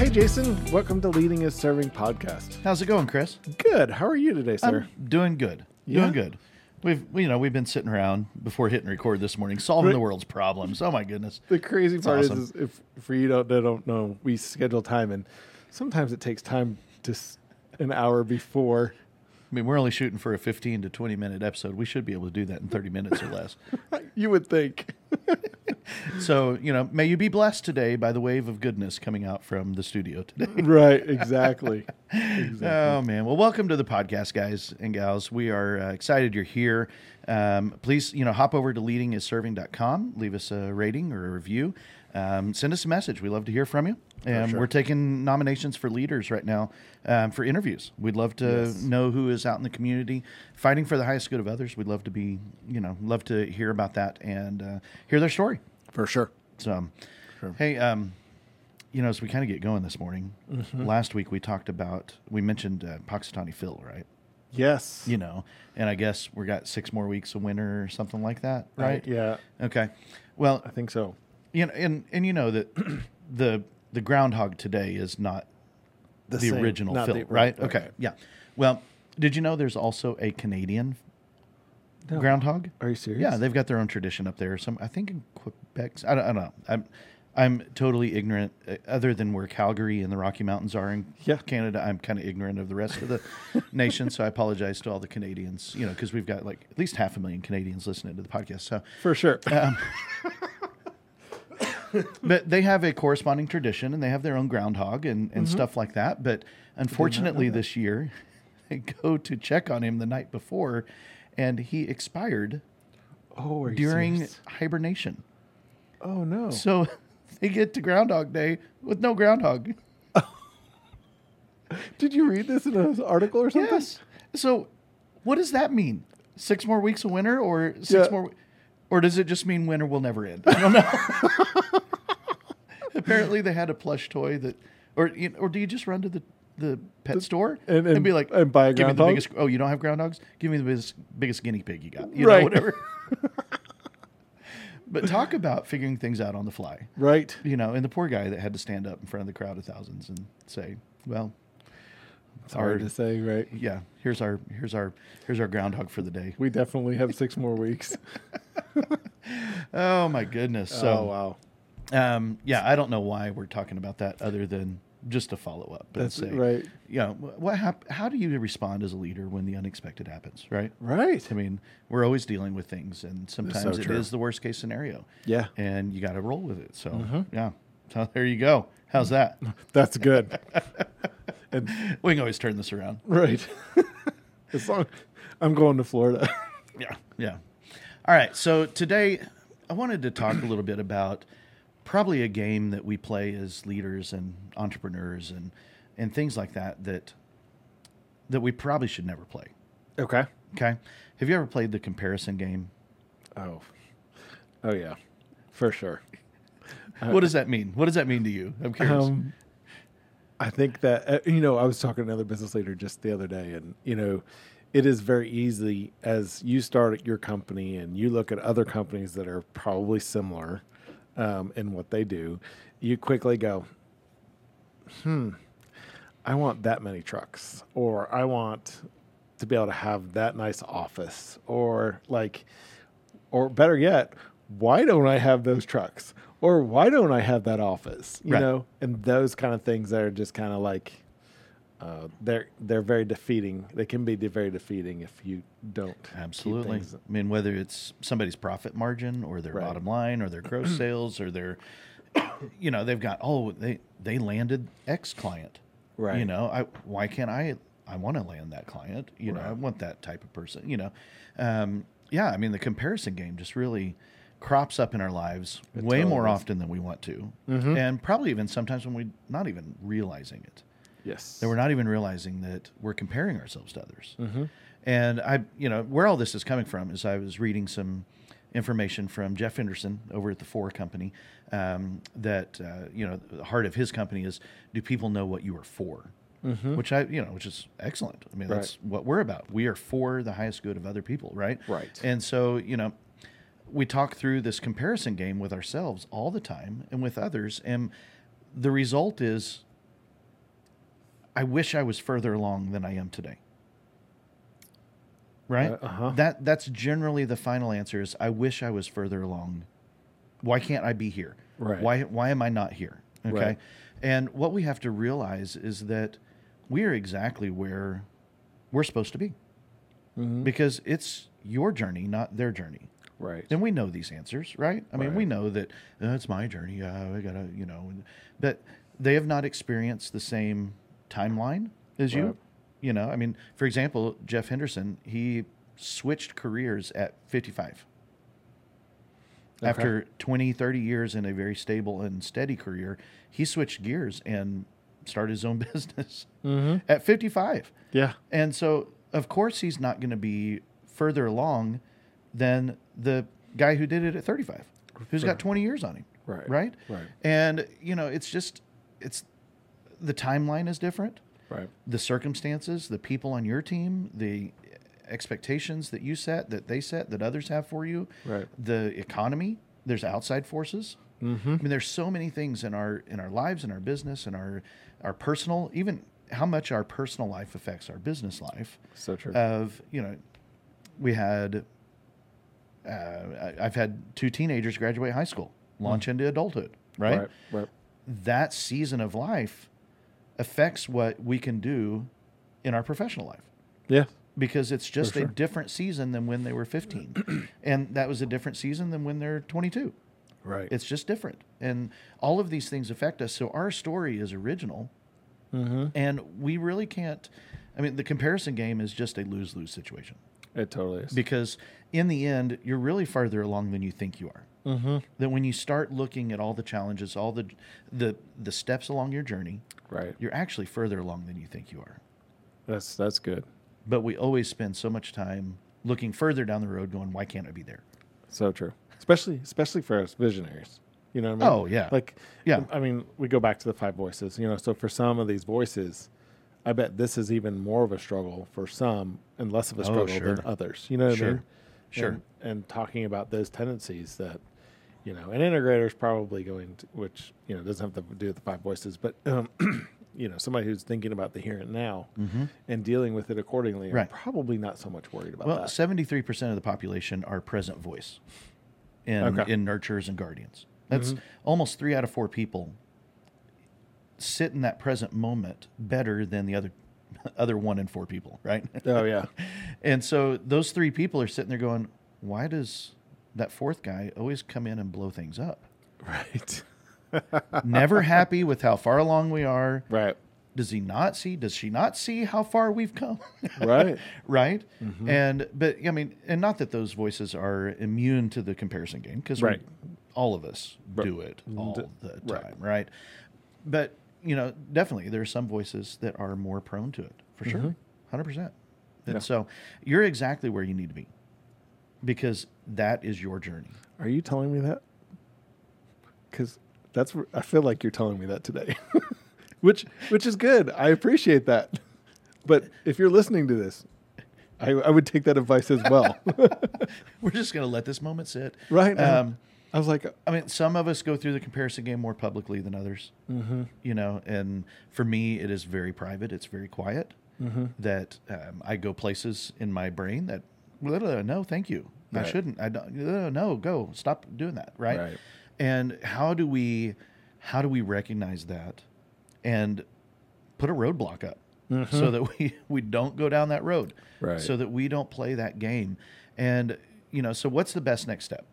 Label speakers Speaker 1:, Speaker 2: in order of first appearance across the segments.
Speaker 1: Hey, Jason. Welcome to Leading is Serving podcast.
Speaker 2: How's it going, Chris?
Speaker 1: Good. How are you today, sir?
Speaker 2: I'm doing good.
Speaker 1: Yeah?
Speaker 2: Doing good. We've we- you know we've been sitting around before hitting record this morning, solving the world's problems. Oh my goodness!
Speaker 1: the crazy part
Speaker 2: awesome.
Speaker 1: is, is if for you don't, that don't know, we schedule time, and sometimes it takes time to s- an hour before.
Speaker 2: I mean, we're only shooting for a fifteen to twenty minute episode. We should be able to do that in thirty minutes or less.
Speaker 1: You would think.
Speaker 2: So you know, may you be blessed today by the wave of goodness coming out from the studio today.
Speaker 1: right. Exactly.
Speaker 2: Oh man! Well, welcome to the podcast, guys and gals. We are uh, excited you're here. Um, please, you know, hop over to leadingisserving.com. Leave us a rating or a review. Um, send us a message. We love to hear from you. And
Speaker 1: sure.
Speaker 2: we're taking nominations for leaders right now um, for interviews. We'd love to
Speaker 1: Yes.
Speaker 2: know who is out in the community fighting for the highest good of others. We'd love to be, you know, love to hear about that and uh, hear their story.
Speaker 1: For sure.
Speaker 2: So, hey, um, you know, as we kind of get going this morning,
Speaker 1: Mm-hmm.
Speaker 2: last week we talked about we mentioned uh, Poxitani Phil, right?
Speaker 1: Yes.
Speaker 2: You know, and I guess we got six more weeks of winter or something like that, right?
Speaker 1: Yeah.
Speaker 2: Okay. Well,
Speaker 1: I think so.
Speaker 2: you know, and and you know that the the groundhog today is not the,
Speaker 1: same,
Speaker 2: original
Speaker 1: not
Speaker 2: Phil,
Speaker 1: the- right,
Speaker 2: right? Okay.
Speaker 1: right.
Speaker 2: Yeah. Well, did you know there's also a Canadian
Speaker 1: No.
Speaker 2: groundhog?
Speaker 1: Are you serious?
Speaker 2: Yeah, they've got their own tradition up there. Some, I think, in Quebec. I don't, I don't know. I'm, I'm totally ignorant. uh, Other than where Calgary and the Rocky Mountains are in
Speaker 1: Yeah.
Speaker 2: Canada, I'm kind of ignorant of the rest of the nation. So I apologize to all the Canadians. You know, because we've got like at least half a million Canadians listening to the podcast. So,
Speaker 1: For sure.
Speaker 2: but they have a corresponding tradition, and they have their own groundhog and,
Speaker 1: Mm-hmm.
Speaker 2: and stuff like that. But unfortunately, this year, they go to check on him the night before, and he expired
Speaker 1: oh, are you
Speaker 2: during
Speaker 1: serious?
Speaker 2: hibernation.
Speaker 1: Oh no.
Speaker 2: So they get to Groundhog Day with no groundhog.
Speaker 1: Did you read this in an article or something?
Speaker 2: Yes. So what does that mean? Six more weeks of winter or six
Speaker 1: Yeah.
Speaker 2: more or does it just mean winter will never end? I don't know. Apparently they had a plush toy that or you know, or do you just run to the the pet store
Speaker 1: and- and-
Speaker 2: be like
Speaker 1: and buy a
Speaker 2: give me the
Speaker 1: groundhog?"
Speaker 2: biggest oh you don't have groundhogs give me the biggest, biggest guinea pig you got you
Speaker 1: Right.
Speaker 2: know whatever but talk about figuring things out on the fly
Speaker 1: Right.
Speaker 2: you know, and the poor guy that had to stand up in front of the crowd of thousands and say, "Well,
Speaker 1: It's hard to say. Right.
Speaker 2: yeah, here's our here's our here's our groundhog for the day."
Speaker 1: We definitely have six more weeks.
Speaker 2: Oh my goodness!
Speaker 1: oh
Speaker 2: So,
Speaker 1: wow.
Speaker 2: um, yeah, I don't know why we're talking about that other than just to follow up and
Speaker 1: That's
Speaker 2: say,
Speaker 1: right.
Speaker 2: You know, wh- what hap- How do you respond as a leader when the unexpected happens? Right.
Speaker 1: Right.
Speaker 2: I mean, we're always dealing with things, and sometimes it
Speaker 1: true.
Speaker 2: is the worst case scenario.
Speaker 1: Yeah. Mm-hmm.
Speaker 2: and you got to roll with it. So, yeah. So there you go. How's
Speaker 1: Mm.
Speaker 2: that?
Speaker 1: That's good.
Speaker 2: we can always turn this around.
Speaker 1: right. as long I'm going to Florida.
Speaker 2: Yeah, yeah. All right. So today, I wanted to talk a little bit about probably a game that we play as leaders and entrepreneurs and and things like that that that we probably should never play.
Speaker 1: okay.
Speaker 2: Okay. Have you ever played the comparison game?
Speaker 1: Oh. Oh yeah. For sure.
Speaker 2: What does that mean? What does that mean to you? I'm curious.
Speaker 1: Um, I think that uh, you know I was talking to another business leader just the other day, and you know, it is very easy as you start at your company and you look at other companies that are probably similar um, in what they do, you quickly go, I want that many trucks, or I want to be able to have that nice office, or like, or better yet, why don't I have those trucks, or why don't I have that office, you
Speaker 2: Right.
Speaker 1: know, and those kind of things that are just kind of like, uh, they're they're very defeating. They can be de- very defeating if you don't keep
Speaker 2: Absolutely.
Speaker 1: things-
Speaker 2: I mean, whether it's somebody's profit margin or their
Speaker 1: Right.
Speaker 2: bottom line or their gross sales or their, you know, they've got oh they they landed X client, You
Speaker 1: Right.
Speaker 2: know, I why can't I? I want to land that client. You know, I
Speaker 1: Right.
Speaker 2: want that type of person. You know, um, yeah. I mean, the comparison game just really crops up in our lives way
Speaker 1: totally Mm-hmm.
Speaker 2: more
Speaker 1: does.
Speaker 2: often than we want to, and probably even sometimes when we're not even realizing it
Speaker 1: yes,
Speaker 2: that we're not even realizing that we're comparing ourselves to others.
Speaker 1: Mm-hmm.
Speaker 2: And I, you know, where all this is coming from is I was reading some information from Jeff Henderson over at the Four Company um, that uh, you know the heart of his company is do people know what you are for, which I, you know, which is excellent. I mean,
Speaker 1: Mm-hmm. Right.
Speaker 2: that's what we're about. We are for the highest good of other people, right?
Speaker 1: Right.
Speaker 2: And so, you know, we talk through this comparison game with ourselves all the time and with others. And the result is I wish I was further along than I am today. Right?
Speaker 1: Uh huh.
Speaker 2: That that's generally the final answer is I wish I was further along. Why can't I be here?
Speaker 1: Right.
Speaker 2: Why why am I not here? Okay.
Speaker 1: Right.
Speaker 2: And what we have to realize is that we are exactly where we're supposed to be.
Speaker 1: Mhm.
Speaker 2: Because it's your journey, not their journey
Speaker 1: Right.
Speaker 2: then we know these answers, right? I mean,
Speaker 1: Right.
Speaker 2: we know that "Oh, it's my journey. Uh, I gotta, you know, and- but they have not experienced the same timeline as you.
Speaker 1: Right.
Speaker 2: You know, I mean, for example, Jeff Henderson, he switched careers at 55
Speaker 1: Okay.
Speaker 2: after 20, 30 years in a very stable and steady career. He switched gears and started his own business
Speaker 1: Mhm.
Speaker 2: at 55.
Speaker 1: Yeah.
Speaker 2: And so, of course, he's not going to be further along than the guy who did it at 35, who's got 20 years on him.
Speaker 1: Right.
Speaker 2: Right.
Speaker 1: Right.
Speaker 2: And, you know, it's just, it's the timeline is different,
Speaker 1: Right.
Speaker 2: the circumstances, the people on your team, the expectations that you set, that they set, that others have for you,
Speaker 1: Right.
Speaker 2: the economy, there's outside forces.
Speaker 1: Mm-hmm.
Speaker 2: I mean, there's so many things in our in our lives, in our business, in our our personal, even how much our personal life affects our business life.
Speaker 1: So true.
Speaker 2: Of you know, we had. Uh, I- I've had two teenagers graduate high school, launch into adulthood. Right?
Speaker 1: Hmm. Right. Right.
Speaker 2: that season of life affects what we can do in our professional life
Speaker 1: Yeah.
Speaker 2: because it's just
Speaker 1: sure.
Speaker 2: a different season than when they were 15 and that was a different season than when they're 22
Speaker 1: Right.
Speaker 2: it's just different. And all of these things affect us. So our story is original.
Speaker 1: mm-hmm.
Speaker 2: And we really can't. I mean, the comparison game is just a lose lose situation
Speaker 1: It totally is.
Speaker 2: because in the end, you're really farther along than you think you are.
Speaker 1: mm-hmm.
Speaker 2: That when you start looking at all the challenges, all the, the, the steps along your journey,
Speaker 1: Right.
Speaker 2: you're actually further along than you think you are.
Speaker 1: That's that's good.
Speaker 2: But we always spend so much time looking further down the road going, why can't I be there?
Speaker 1: So true. Especially especially for us visionaries. You know what I mean?
Speaker 2: Oh, yeah.
Speaker 1: Like
Speaker 2: Yeah.
Speaker 1: I mean, we go back to the five voices, you know, so for some of these voices, I bet this is even more of a struggle for some and less of a
Speaker 2: Oh,
Speaker 1: struggle
Speaker 2: sure.
Speaker 1: than others. You know what
Speaker 2: Sure.
Speaker 1: I mean?
Speaker 2: Sure.
Speaker 1: And, and talking about those tendencies that you know, an integrator is probably going to, which, you know, doesn't have to do with the five voices, but um You know, somebody who's thinking about the here and now and dealing with it accordingly, are
Speaker 2: Mm-hmm. Right.
Speaker 1: probably not so much worried about
Speaker 2: Well,
Speaker 1: that.
Speaker 2: seventy three percent of the population are present voice, in
Speaker 1: Okay. Mm-hmm.
Speaker 2: in nurturers and guardians. That's almost three out of four people sit in that present moment better than the other other one in four people, right?
Speaker 1: Oh yeah,
Speaker 2: and so those three people are sitting there going, "Why does that fourth guy always come in and blow things up?
Speaker 1: right,
Speaker 2: Never happy with how far along we are.
Speaker 1: right,
Speaker 2: Does he not see? Does she not see how far we've come?"
Speaker 1: right.
Speaker 2: right?
Speaker 1: Mm-hmm.
Speaker 2: And but I mean, and not that those voices are immune to the comparison game because
Speaker 1: Right.
Speaker 2: all of us
Speaker 1: Right. Mm-hmm.
Speaker 2: do it all
Speaker 1: D-
Speaker 2: the time,
Speaker 1: right.
Speaker 2: right. But you know, definitely there are some voices that are more prone to it for sure, 100 percent. And
Speaker 1: Mm-hmm. Yeah.
Speaker 2: so you're exactly where you need to be because that is your journey.
Speaker 1: Are you telling me that? Because that's wh- I feel like you're telling me that today, which which is good. I appreciate that. But if you're listening to this, I, I would take that advice as well.
Speaker 2: We're just gonna let this moment sit,
Speaker 1: right?
Speaker 2: Um,
Speaker 1: I was like,
Speaker 2: I mean, some of us go through the comparison game more publicly than others, mm-hmm. you know. And for me, it is very private. It's very quiet.
Speaker 1: Mm-hmm.
Speaker 2: That um, I go places in my brain that "Ugh, no, thank you,
Speaker 1: Right.
Speaker 2: I shouldn't. I don't. ugh, No, go stop doing that. Right?
Speaker 1: Right.
Speaker 2: And how do we, how do we recognize that, and put a roadblock up so that we we don't go down that road.
Speaker 1: Mm-hmm. Right.
Speaker 2: So that we don't play that game. And you know, so what's the best next step?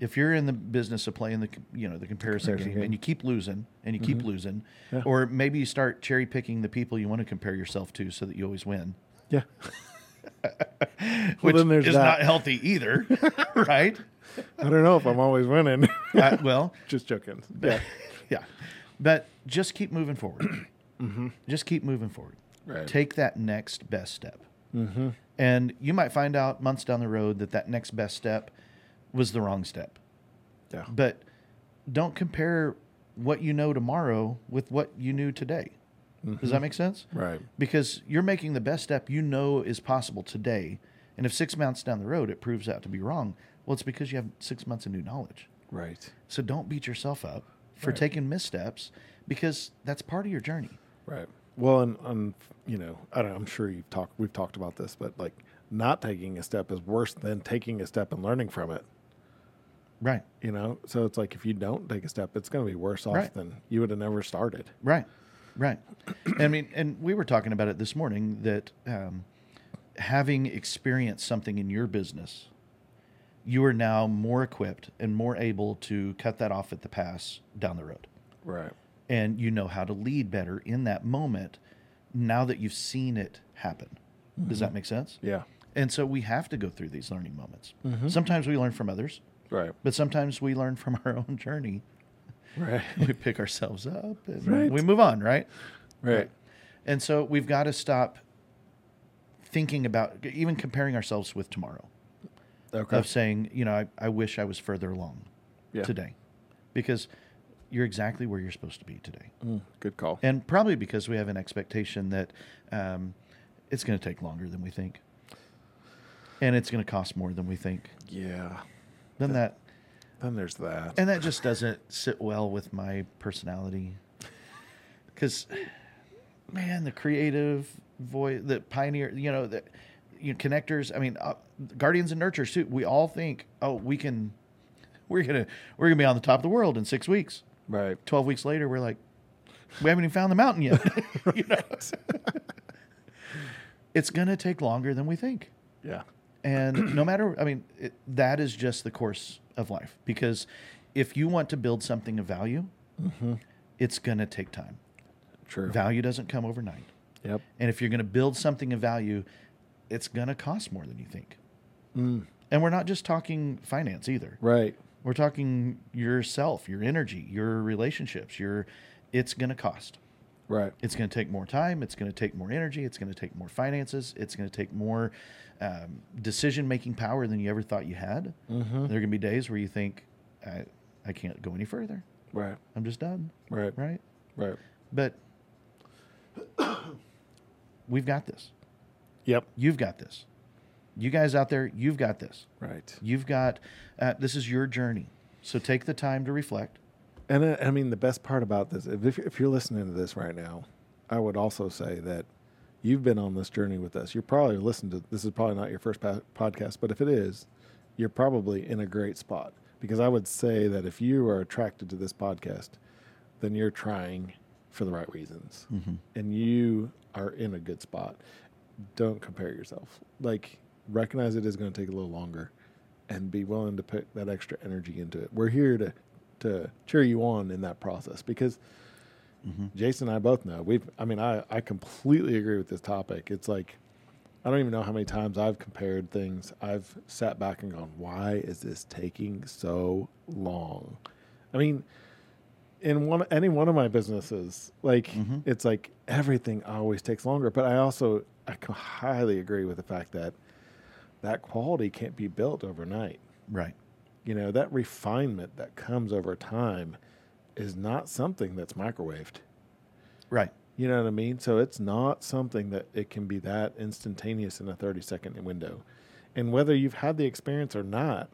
Speaker 2: If you're in the business of playing the c- you know the comparison,
Speaker 1: Comparison game.
Speaker 2: game,
Speaker 1: Mm-hmm.
Speaker 2: and you keep losing and you keep losing,
Speaker 1: Yeah.
Speaker 2: or maybe you start cherry picking the people you want to compare yourself to so that you always win,
Speaker 1: yeah,
Speaker 2: which
Speaker 1: then there's
Speaker 2: is
Speaker 1: that.
Speaker 2: not healthy either, right?
Speaker 1: I don't know if I'm always winning.
Speaker 2: Uh, well,
Speaker 1: Just joking. Yeah,
Speaker 2: yeah, but just keep moving forward.
Speaker 1: Mm-hmm.
Speaker 2: Just keep moving forward.
Speaker 1: Right.
Speaker 2: Take that next best step.
Speaker 1: Mm-hmm.
Speaker 2: And you might find out months down the road that that next best step was the wrong step.
Speaker 1: yeah,
Speaker 2: But don't compare what you know tomorrow with what you knew today. Does that make sense?
Speaker 1: Mm-hmm. right,
Speaker 2: Because you're making the best step you know is possible today. And if six months down the road it proves out to be wrong, well, it's because you have six months of new knowledge.
Speaker 1: right,
Speaker 2: So don't beat yourself up for
Speaker 1: Right.
Speaker 2: taking missteps because that's part of your journey.
Speaker 1: right. Well, and um, you know, I don't, I'm sure you've talked. We've talked about this, but like not taking a step is worse than taking a step and learning from it.
Speaker 2: Right.
Speaker 1: You know, so it's like if you don't take a step, it's going to be worse off
Speaker 2: Right.
Speaker 1: than you would have never started.
Speaker 2: Right, right. I mean, and we were talking about it this morning that um, having experienced something in your business, you are now more equipped and more able to cut that off at the pass down the road.
Speaker 1: Right.
Speaker 2: And you know how to lead better in that moment now that you've seen it happen. Does that make sense?
Speaker 1: Mm-hmm. Yeah. Mm-hmm.
Speaker 2: And so we have to go through these learning moments. Sometimes we learn from others,
Speaker 1: Right.
Speaker 2: but sometimes we learn from our own journey.
Speaker 1: Right.
Speaker 2: We pick ourselves up and
Speaker 1: Right.
Speaker 2: we move on, right?
Speaker 1: Right.
Speaker 2: And so we've got to stop thinking about even comparing ourselves with tomorrow
Speaker 1: Okay.
Speaker 2: of saying, you know, I, I wish I was further along
Speaker 1: Yeah.
Speaker 2: today because you're exactly where you're supposed to be today.
Speaker 1: Mm, good call.
Speaker 2: And probably because we have an expectation that um, it's going to take longer than we think and it's going to cost more than we think.
Speaker 1: Yeah.
Speaker 2: Then that,
Speaker 1: Then there's that.
Speaker 2: and that just doesn't sit well with my personality because man the creative voice the pioneer you know the you know, connectors i mean uh, guardians and nurturers too we all think oh we can we're gonna we're gonna be on the top of the world in six weeks
Speaker 1: right.
Speaker 2: 12 weeks later we're like we haven't even found the mountain yet you know it's gonna take longer than we think
Speaker 1: Yeah.
Speaker 2: and no matter, I mean, it, that is just the course of life. Because if you want to build something of value, it's going to take time.
Speaker 1: True.
Speaker 2: Value doesn't come overnight.
Speaker 1: Yep.
Speaker 2: And if you're going to build something of value, it's going to cost more than you think. And we're not just talking finance either.
Speaker 1: Mm. Right.
Speaker 2: We're talking yourself, your energy, your relationships, your it's going to cost.
Speaker 1: Right.
Speaker 2: It's going to take more time. It's going to take more energy. It's going to take more finances. It's going to take more um, decision making power than you ever thought you had. There are going to be days where you think, I, I can't go any further.
Speaker 1: Right.
Speaker 2: I'm just done.
Speaker 1: Right.
Speaker 2: Right.
Speaker 1: Right.
Speaker 2: But we've got this.
Speaker 1: Yep.
Speaker 2: You've got this. You guys out there, you've got this.
Speaker 1: Right.
Speaker 2: You've got, uh, this is your journey. So take the time to reflect.
Speaker 1: And uh, I, I mean, the best part about this, if, if you're listening to this right now, I would also say that you've been on this journey with us. You're probably listening to this is probably not your first pa- podcast, but if it is, you're probably in a great spot because I would say that if you are attracted to this podcast, then you're trying for the right reasons and you are in a good spot. Don't compare yourself. Like, recognize it is going to take a little longer and be willing to put that extra energy into it. We're here to to cheer you on in that process because Jason and I both know we've. I mean, I I completely agree with this topic. It's like I don't even know how many times I've compared things. I've sat back and gone, "Why is this taking so long?" I mean, in one any one of my businesses, like it's like everything always takes longer. But I also I c- highly agree with the fact that that quality can't be built overnight
Speaker 2: Right.
Speaker 1: you know that refinement that comes over time is not something that's microwaved
Speaker 2: Right.
Speaker 1: you know what i mean so it's not something that it can be that instantaneous in a 30 second window and whether you've had the experience or not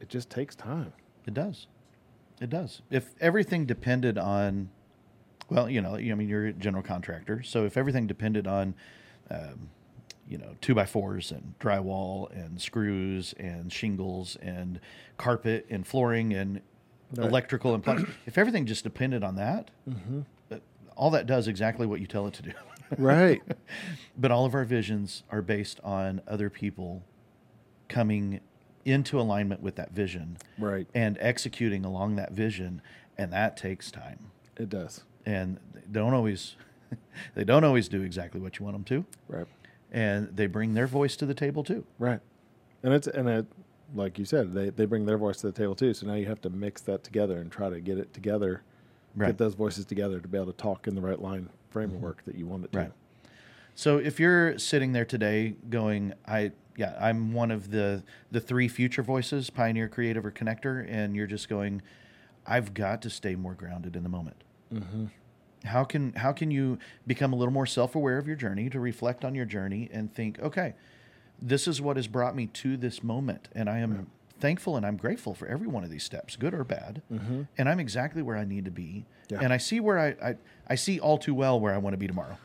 Speaker 1: it just takes time
Speaker 2: It does. It does. If everything depended on, well, you know, I mean, you're a general contractor, so if everything depended on, um, you know, two by fours and drywall and screws and shingles and carpet and flooring and
Speaker 1: Right.
Speaker 2: electrical and plumbing, if everything just depended on that, uh, all that does exactly what you tell it to do.
Speaker 1: right
Speaker 2: but all of our visions are based on other people coming into alignment with that vision
Speaker 1: right
Speaker 2: and executing along that vision and that takes time
Speaker 1: it does
Speaker 2: and they don't always they don't always do exactly what you want them to
Speaker 1: right
Speaker 2: and they bring their voice to the table too
Speaker 1: right and it's and it like you said they, they bring their voice to the table too so now you have to mix that together and try to get it together
Speaker 2: Right.
Speaker 1: get those voices together to be able to talk in the right line framework that you want it to
Speaker 2: Right. so if you're sitting there today going i yeah i'm one of the the three future voices pioneer creative or connector and you're just going i've got to stay more grounded in the moment how can how can you become a little more self-aware of your journey to reflect on your journey and think okay this is what has brought me to this moment and i am thankful and I'm grateful for every one of these steps, good or bad. And I'm exactly where I need to be.
Speaker 1: Yeah.
Speaker 2: And I see where I, I, I see all too well where I want to be tomorrow.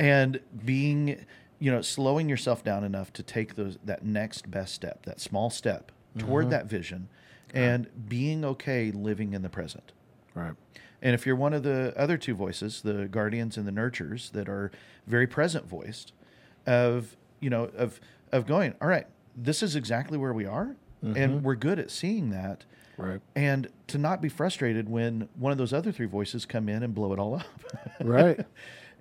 Speaker 2: and being, you know, slowing yourself down enough to take those that next best step, that small step toward that vision, and being okay living in the present.
Speaker 1: Right.
Speaker 2: And if you're one of the other two voices, the guardians and the nurturers, that are very present voiced, of you know of of going, all right, this is exactly where we are, and we're good at seeing that,
Speaker 1: Right.
Speaker 2: and to not be frustrated when one of those other three voices come in and blow it all up.
Speaker 1: Right.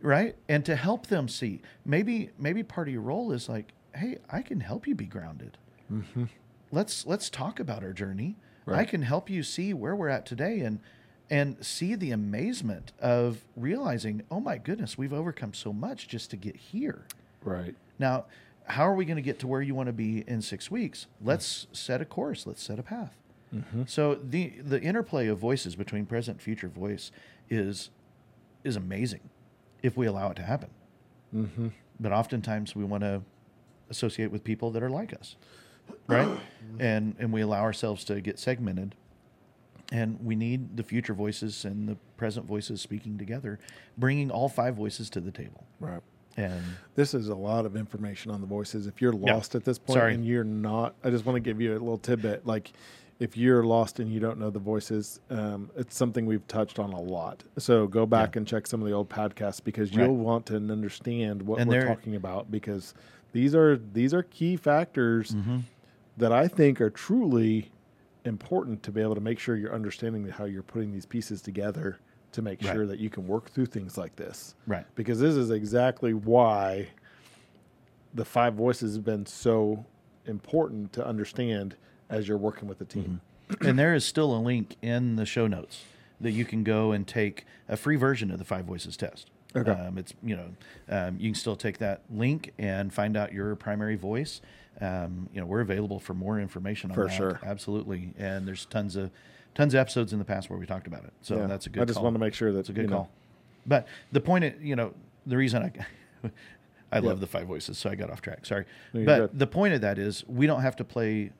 Speaker 2: right and to help them see maybe maybe part of your role is like hey i can help you be grounded let's let's talk about our journey i
Speaker 1: Right.
Speaker 2: can help you see where we're at today and and see the amazement of realizing oh my goodness we've overcome so much just to get here
Speaker 1: right.
Speaker 2: now how are we going to get to where you want to be in six weeks let's set a course let's set a path so the the interplay of voices between present future voice is is amazing if we allow it to happen.
Speaker 1: Mm-hmm.
Speaker 2: But oftentimes we want to associate with people that are like us, right? and and we allow ourselves to get segmented. And we need the future voices and the present voices speaking together, bringing all five voices to the table.
Speaker 1: Right.
Speaker 2: And
Speaker 1: This is a lot of information on the voices. If you're lost at this point
Speaker 2: Sorry.
Speaker 1: and you're not, I just want to give you a little tidbit. Like, if you're lost and you don't know the voices, um, it's something we've touched on a lot. So go back and check some of the old podcasts because
Speaker 2: Right.
Speaker 1: you'll want to understand what
Speaker 2: And
Speaker 1: we're
Speaker 2: there-
Speaker 1: talking about because these are these are key factors
Speaker 2: Mm-hmm.
Speaker 1: that I think are truly important to be able to make sure you're understanding how you're putting these pieces together to make
Speaker 2: Right.
Speaker 1: sure that you can work through things like this
Speaker 2: right,
Speaker 1: because this is exactly why the five voices have been so important to understand as you're working with the team.
Speaker 2: and there is still a link in the show notes that you can go and take a free version of the five voices test
Speaker 1: Okay.
Speaker 2: um, it's you know um, you can still take that link and find out your primary voice um, you know we're available for more information on
Speaker 1: For
Speaker 2: that.
Speaker 1: sure.
Speaker 2: absolutely and there's tons of tons of episodes in the past where we talked about it so
Speaker 1: Yeah.
Speaker 2: Mm-hmm. that's a good
Speaker 1: I just
Speaker 2: call.
Speaker 1: want to make sure that's
Speaker 2: It's a good call. But the point, i- you know, the reason I, I love the five voices, so I got off track. Sorry,
Speaker 1: No, you're
Speaker 2: but
Speaker 1: good.
Speaker 2: the point of that is we don't have to play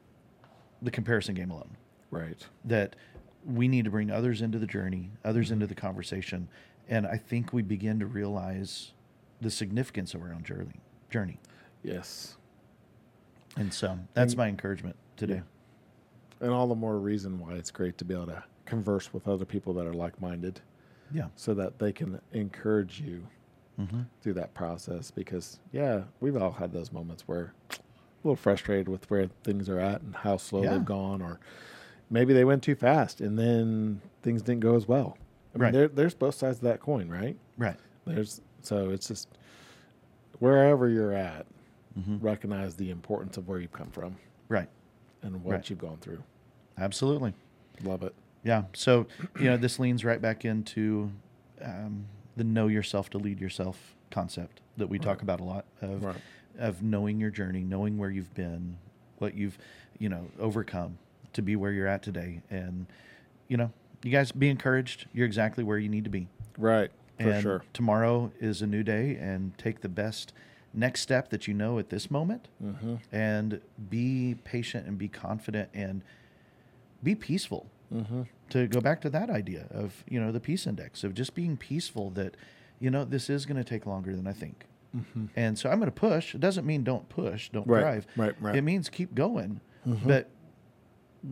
Speaker 2: the comparison game alone.
Speaker 1: right.
Speaker 2: That we need to bring others into the journey, others into the conversation, and I think we begin to realize the significance of our own journey. Journey,
Speaker 1: Yes.
Speaker 2: and so that's my encouragement today.
Speaker 1: And all the more reason why it's great to be able to converse with other people that are like minded
Speaker 2: Yeah,
Speaker 1: so that they can encourage you
Speaker 2: Mhm.
Speaker 1: through that process because, yeah, we've all had those moments where a little frustrated with where things are at and how slow
Speaker 2: Yeah.
Speaker 1: they've gone or maybe they went too fast and then things didn't go as well. I mean,
Speaker 2: Right.
Speaker 1: there, there's both sides of that coin, right?
Speaker 2: right.
Speaker 1: There's so it's just wherever you're at,
Speaker 2: Mm-hmm.
Speaker 1: recognize the importance of where you've come from
Speaker 2: Right.
Speaker 1: and what
Speaker 2: Right.
Speaker 1: you've gone through.
Speaker 2: Absolutely.
Speaker 1: Love it.
Speaker 2: Yeah. So, you know, this leans right back into um, the know yourself to lead yourself concept that we talk about a lot of
Speaker 1: Right.
Speaker 2: of knowing your journey, knowing where you've been, what you've, you know, overcome to be where you're at today. And, you know, you guys be encouraged. You're exactly where you need to be.
Speaker 1: Right. For
Speaker 2: and
Speaker 1: sure.
Speaker 2: tomorrow is a new day and take the best next step that you know at this moment
Speaker 1: Mm-hmm.
Speaker 2: and be patient and be confident and be peaceful
Speaker 1: Mm-hmm.
Speaker 2: to go back to that idea of you know the peace index of just being peaceful that you know this is going to take longer than i think and so i'm going to push it doesn't mean don't push don't
Speaker 1: Mm-hmm. Right,
Speaker 2: drive
Speaker 1: right, right. Mm-hmm.
Speaker 2: it means keep going but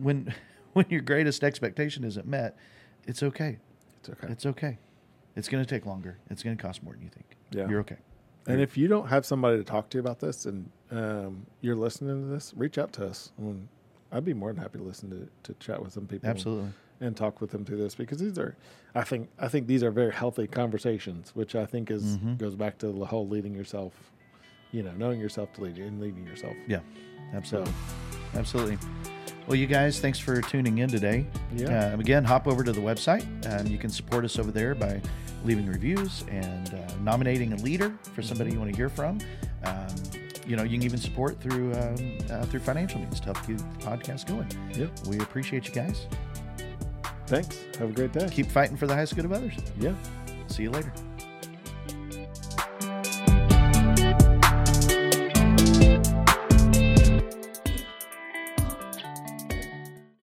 Speaker 2: when when your greatest expectation isn't met it's okay
Speaker 1: It's okay.
Speaker 2: it's okay it's going to take longer it's going to cost more than you think
Speaker 1: Yeah.
Speaker 2: you're okay
Speaker 1: and if you don't have somebody to talk to about this and um, you're listening to this, reach out to us. I mean, I'd be more than happy to listen to, to chat with some people. and-
Speaker 2: absolutely
Speaker 1: and talk with them through this because these are I think I think these are very healthy conversations, which I think is goes back to the whole leading yourself, you know, knowing yourself to lead you and leading yourself.
Speaker 2: Yeah, absolutely. Absolutely. Well, you guys, thanks for tuning in today.
Speaker 1: Yeah.
Speaker 2: Um, again, hop over to the website. Um, you can support us over there by leaving reviews and uh, nominating a leader for
Speaker 1: Mm-hmm.
Speaker 2: somebody you want to hear from. Um, you know, you can even support through um, uh, through financial means to help keep the podcast going.
Speaker 1: Yep.
Speaker 2: We appreciate you guys.
Speaker 1: Thanks. Have a great day.
Speaker 2: Keep fighting for the highest good of others.
Speaker 1: yeah.
Speaker 2: See you later.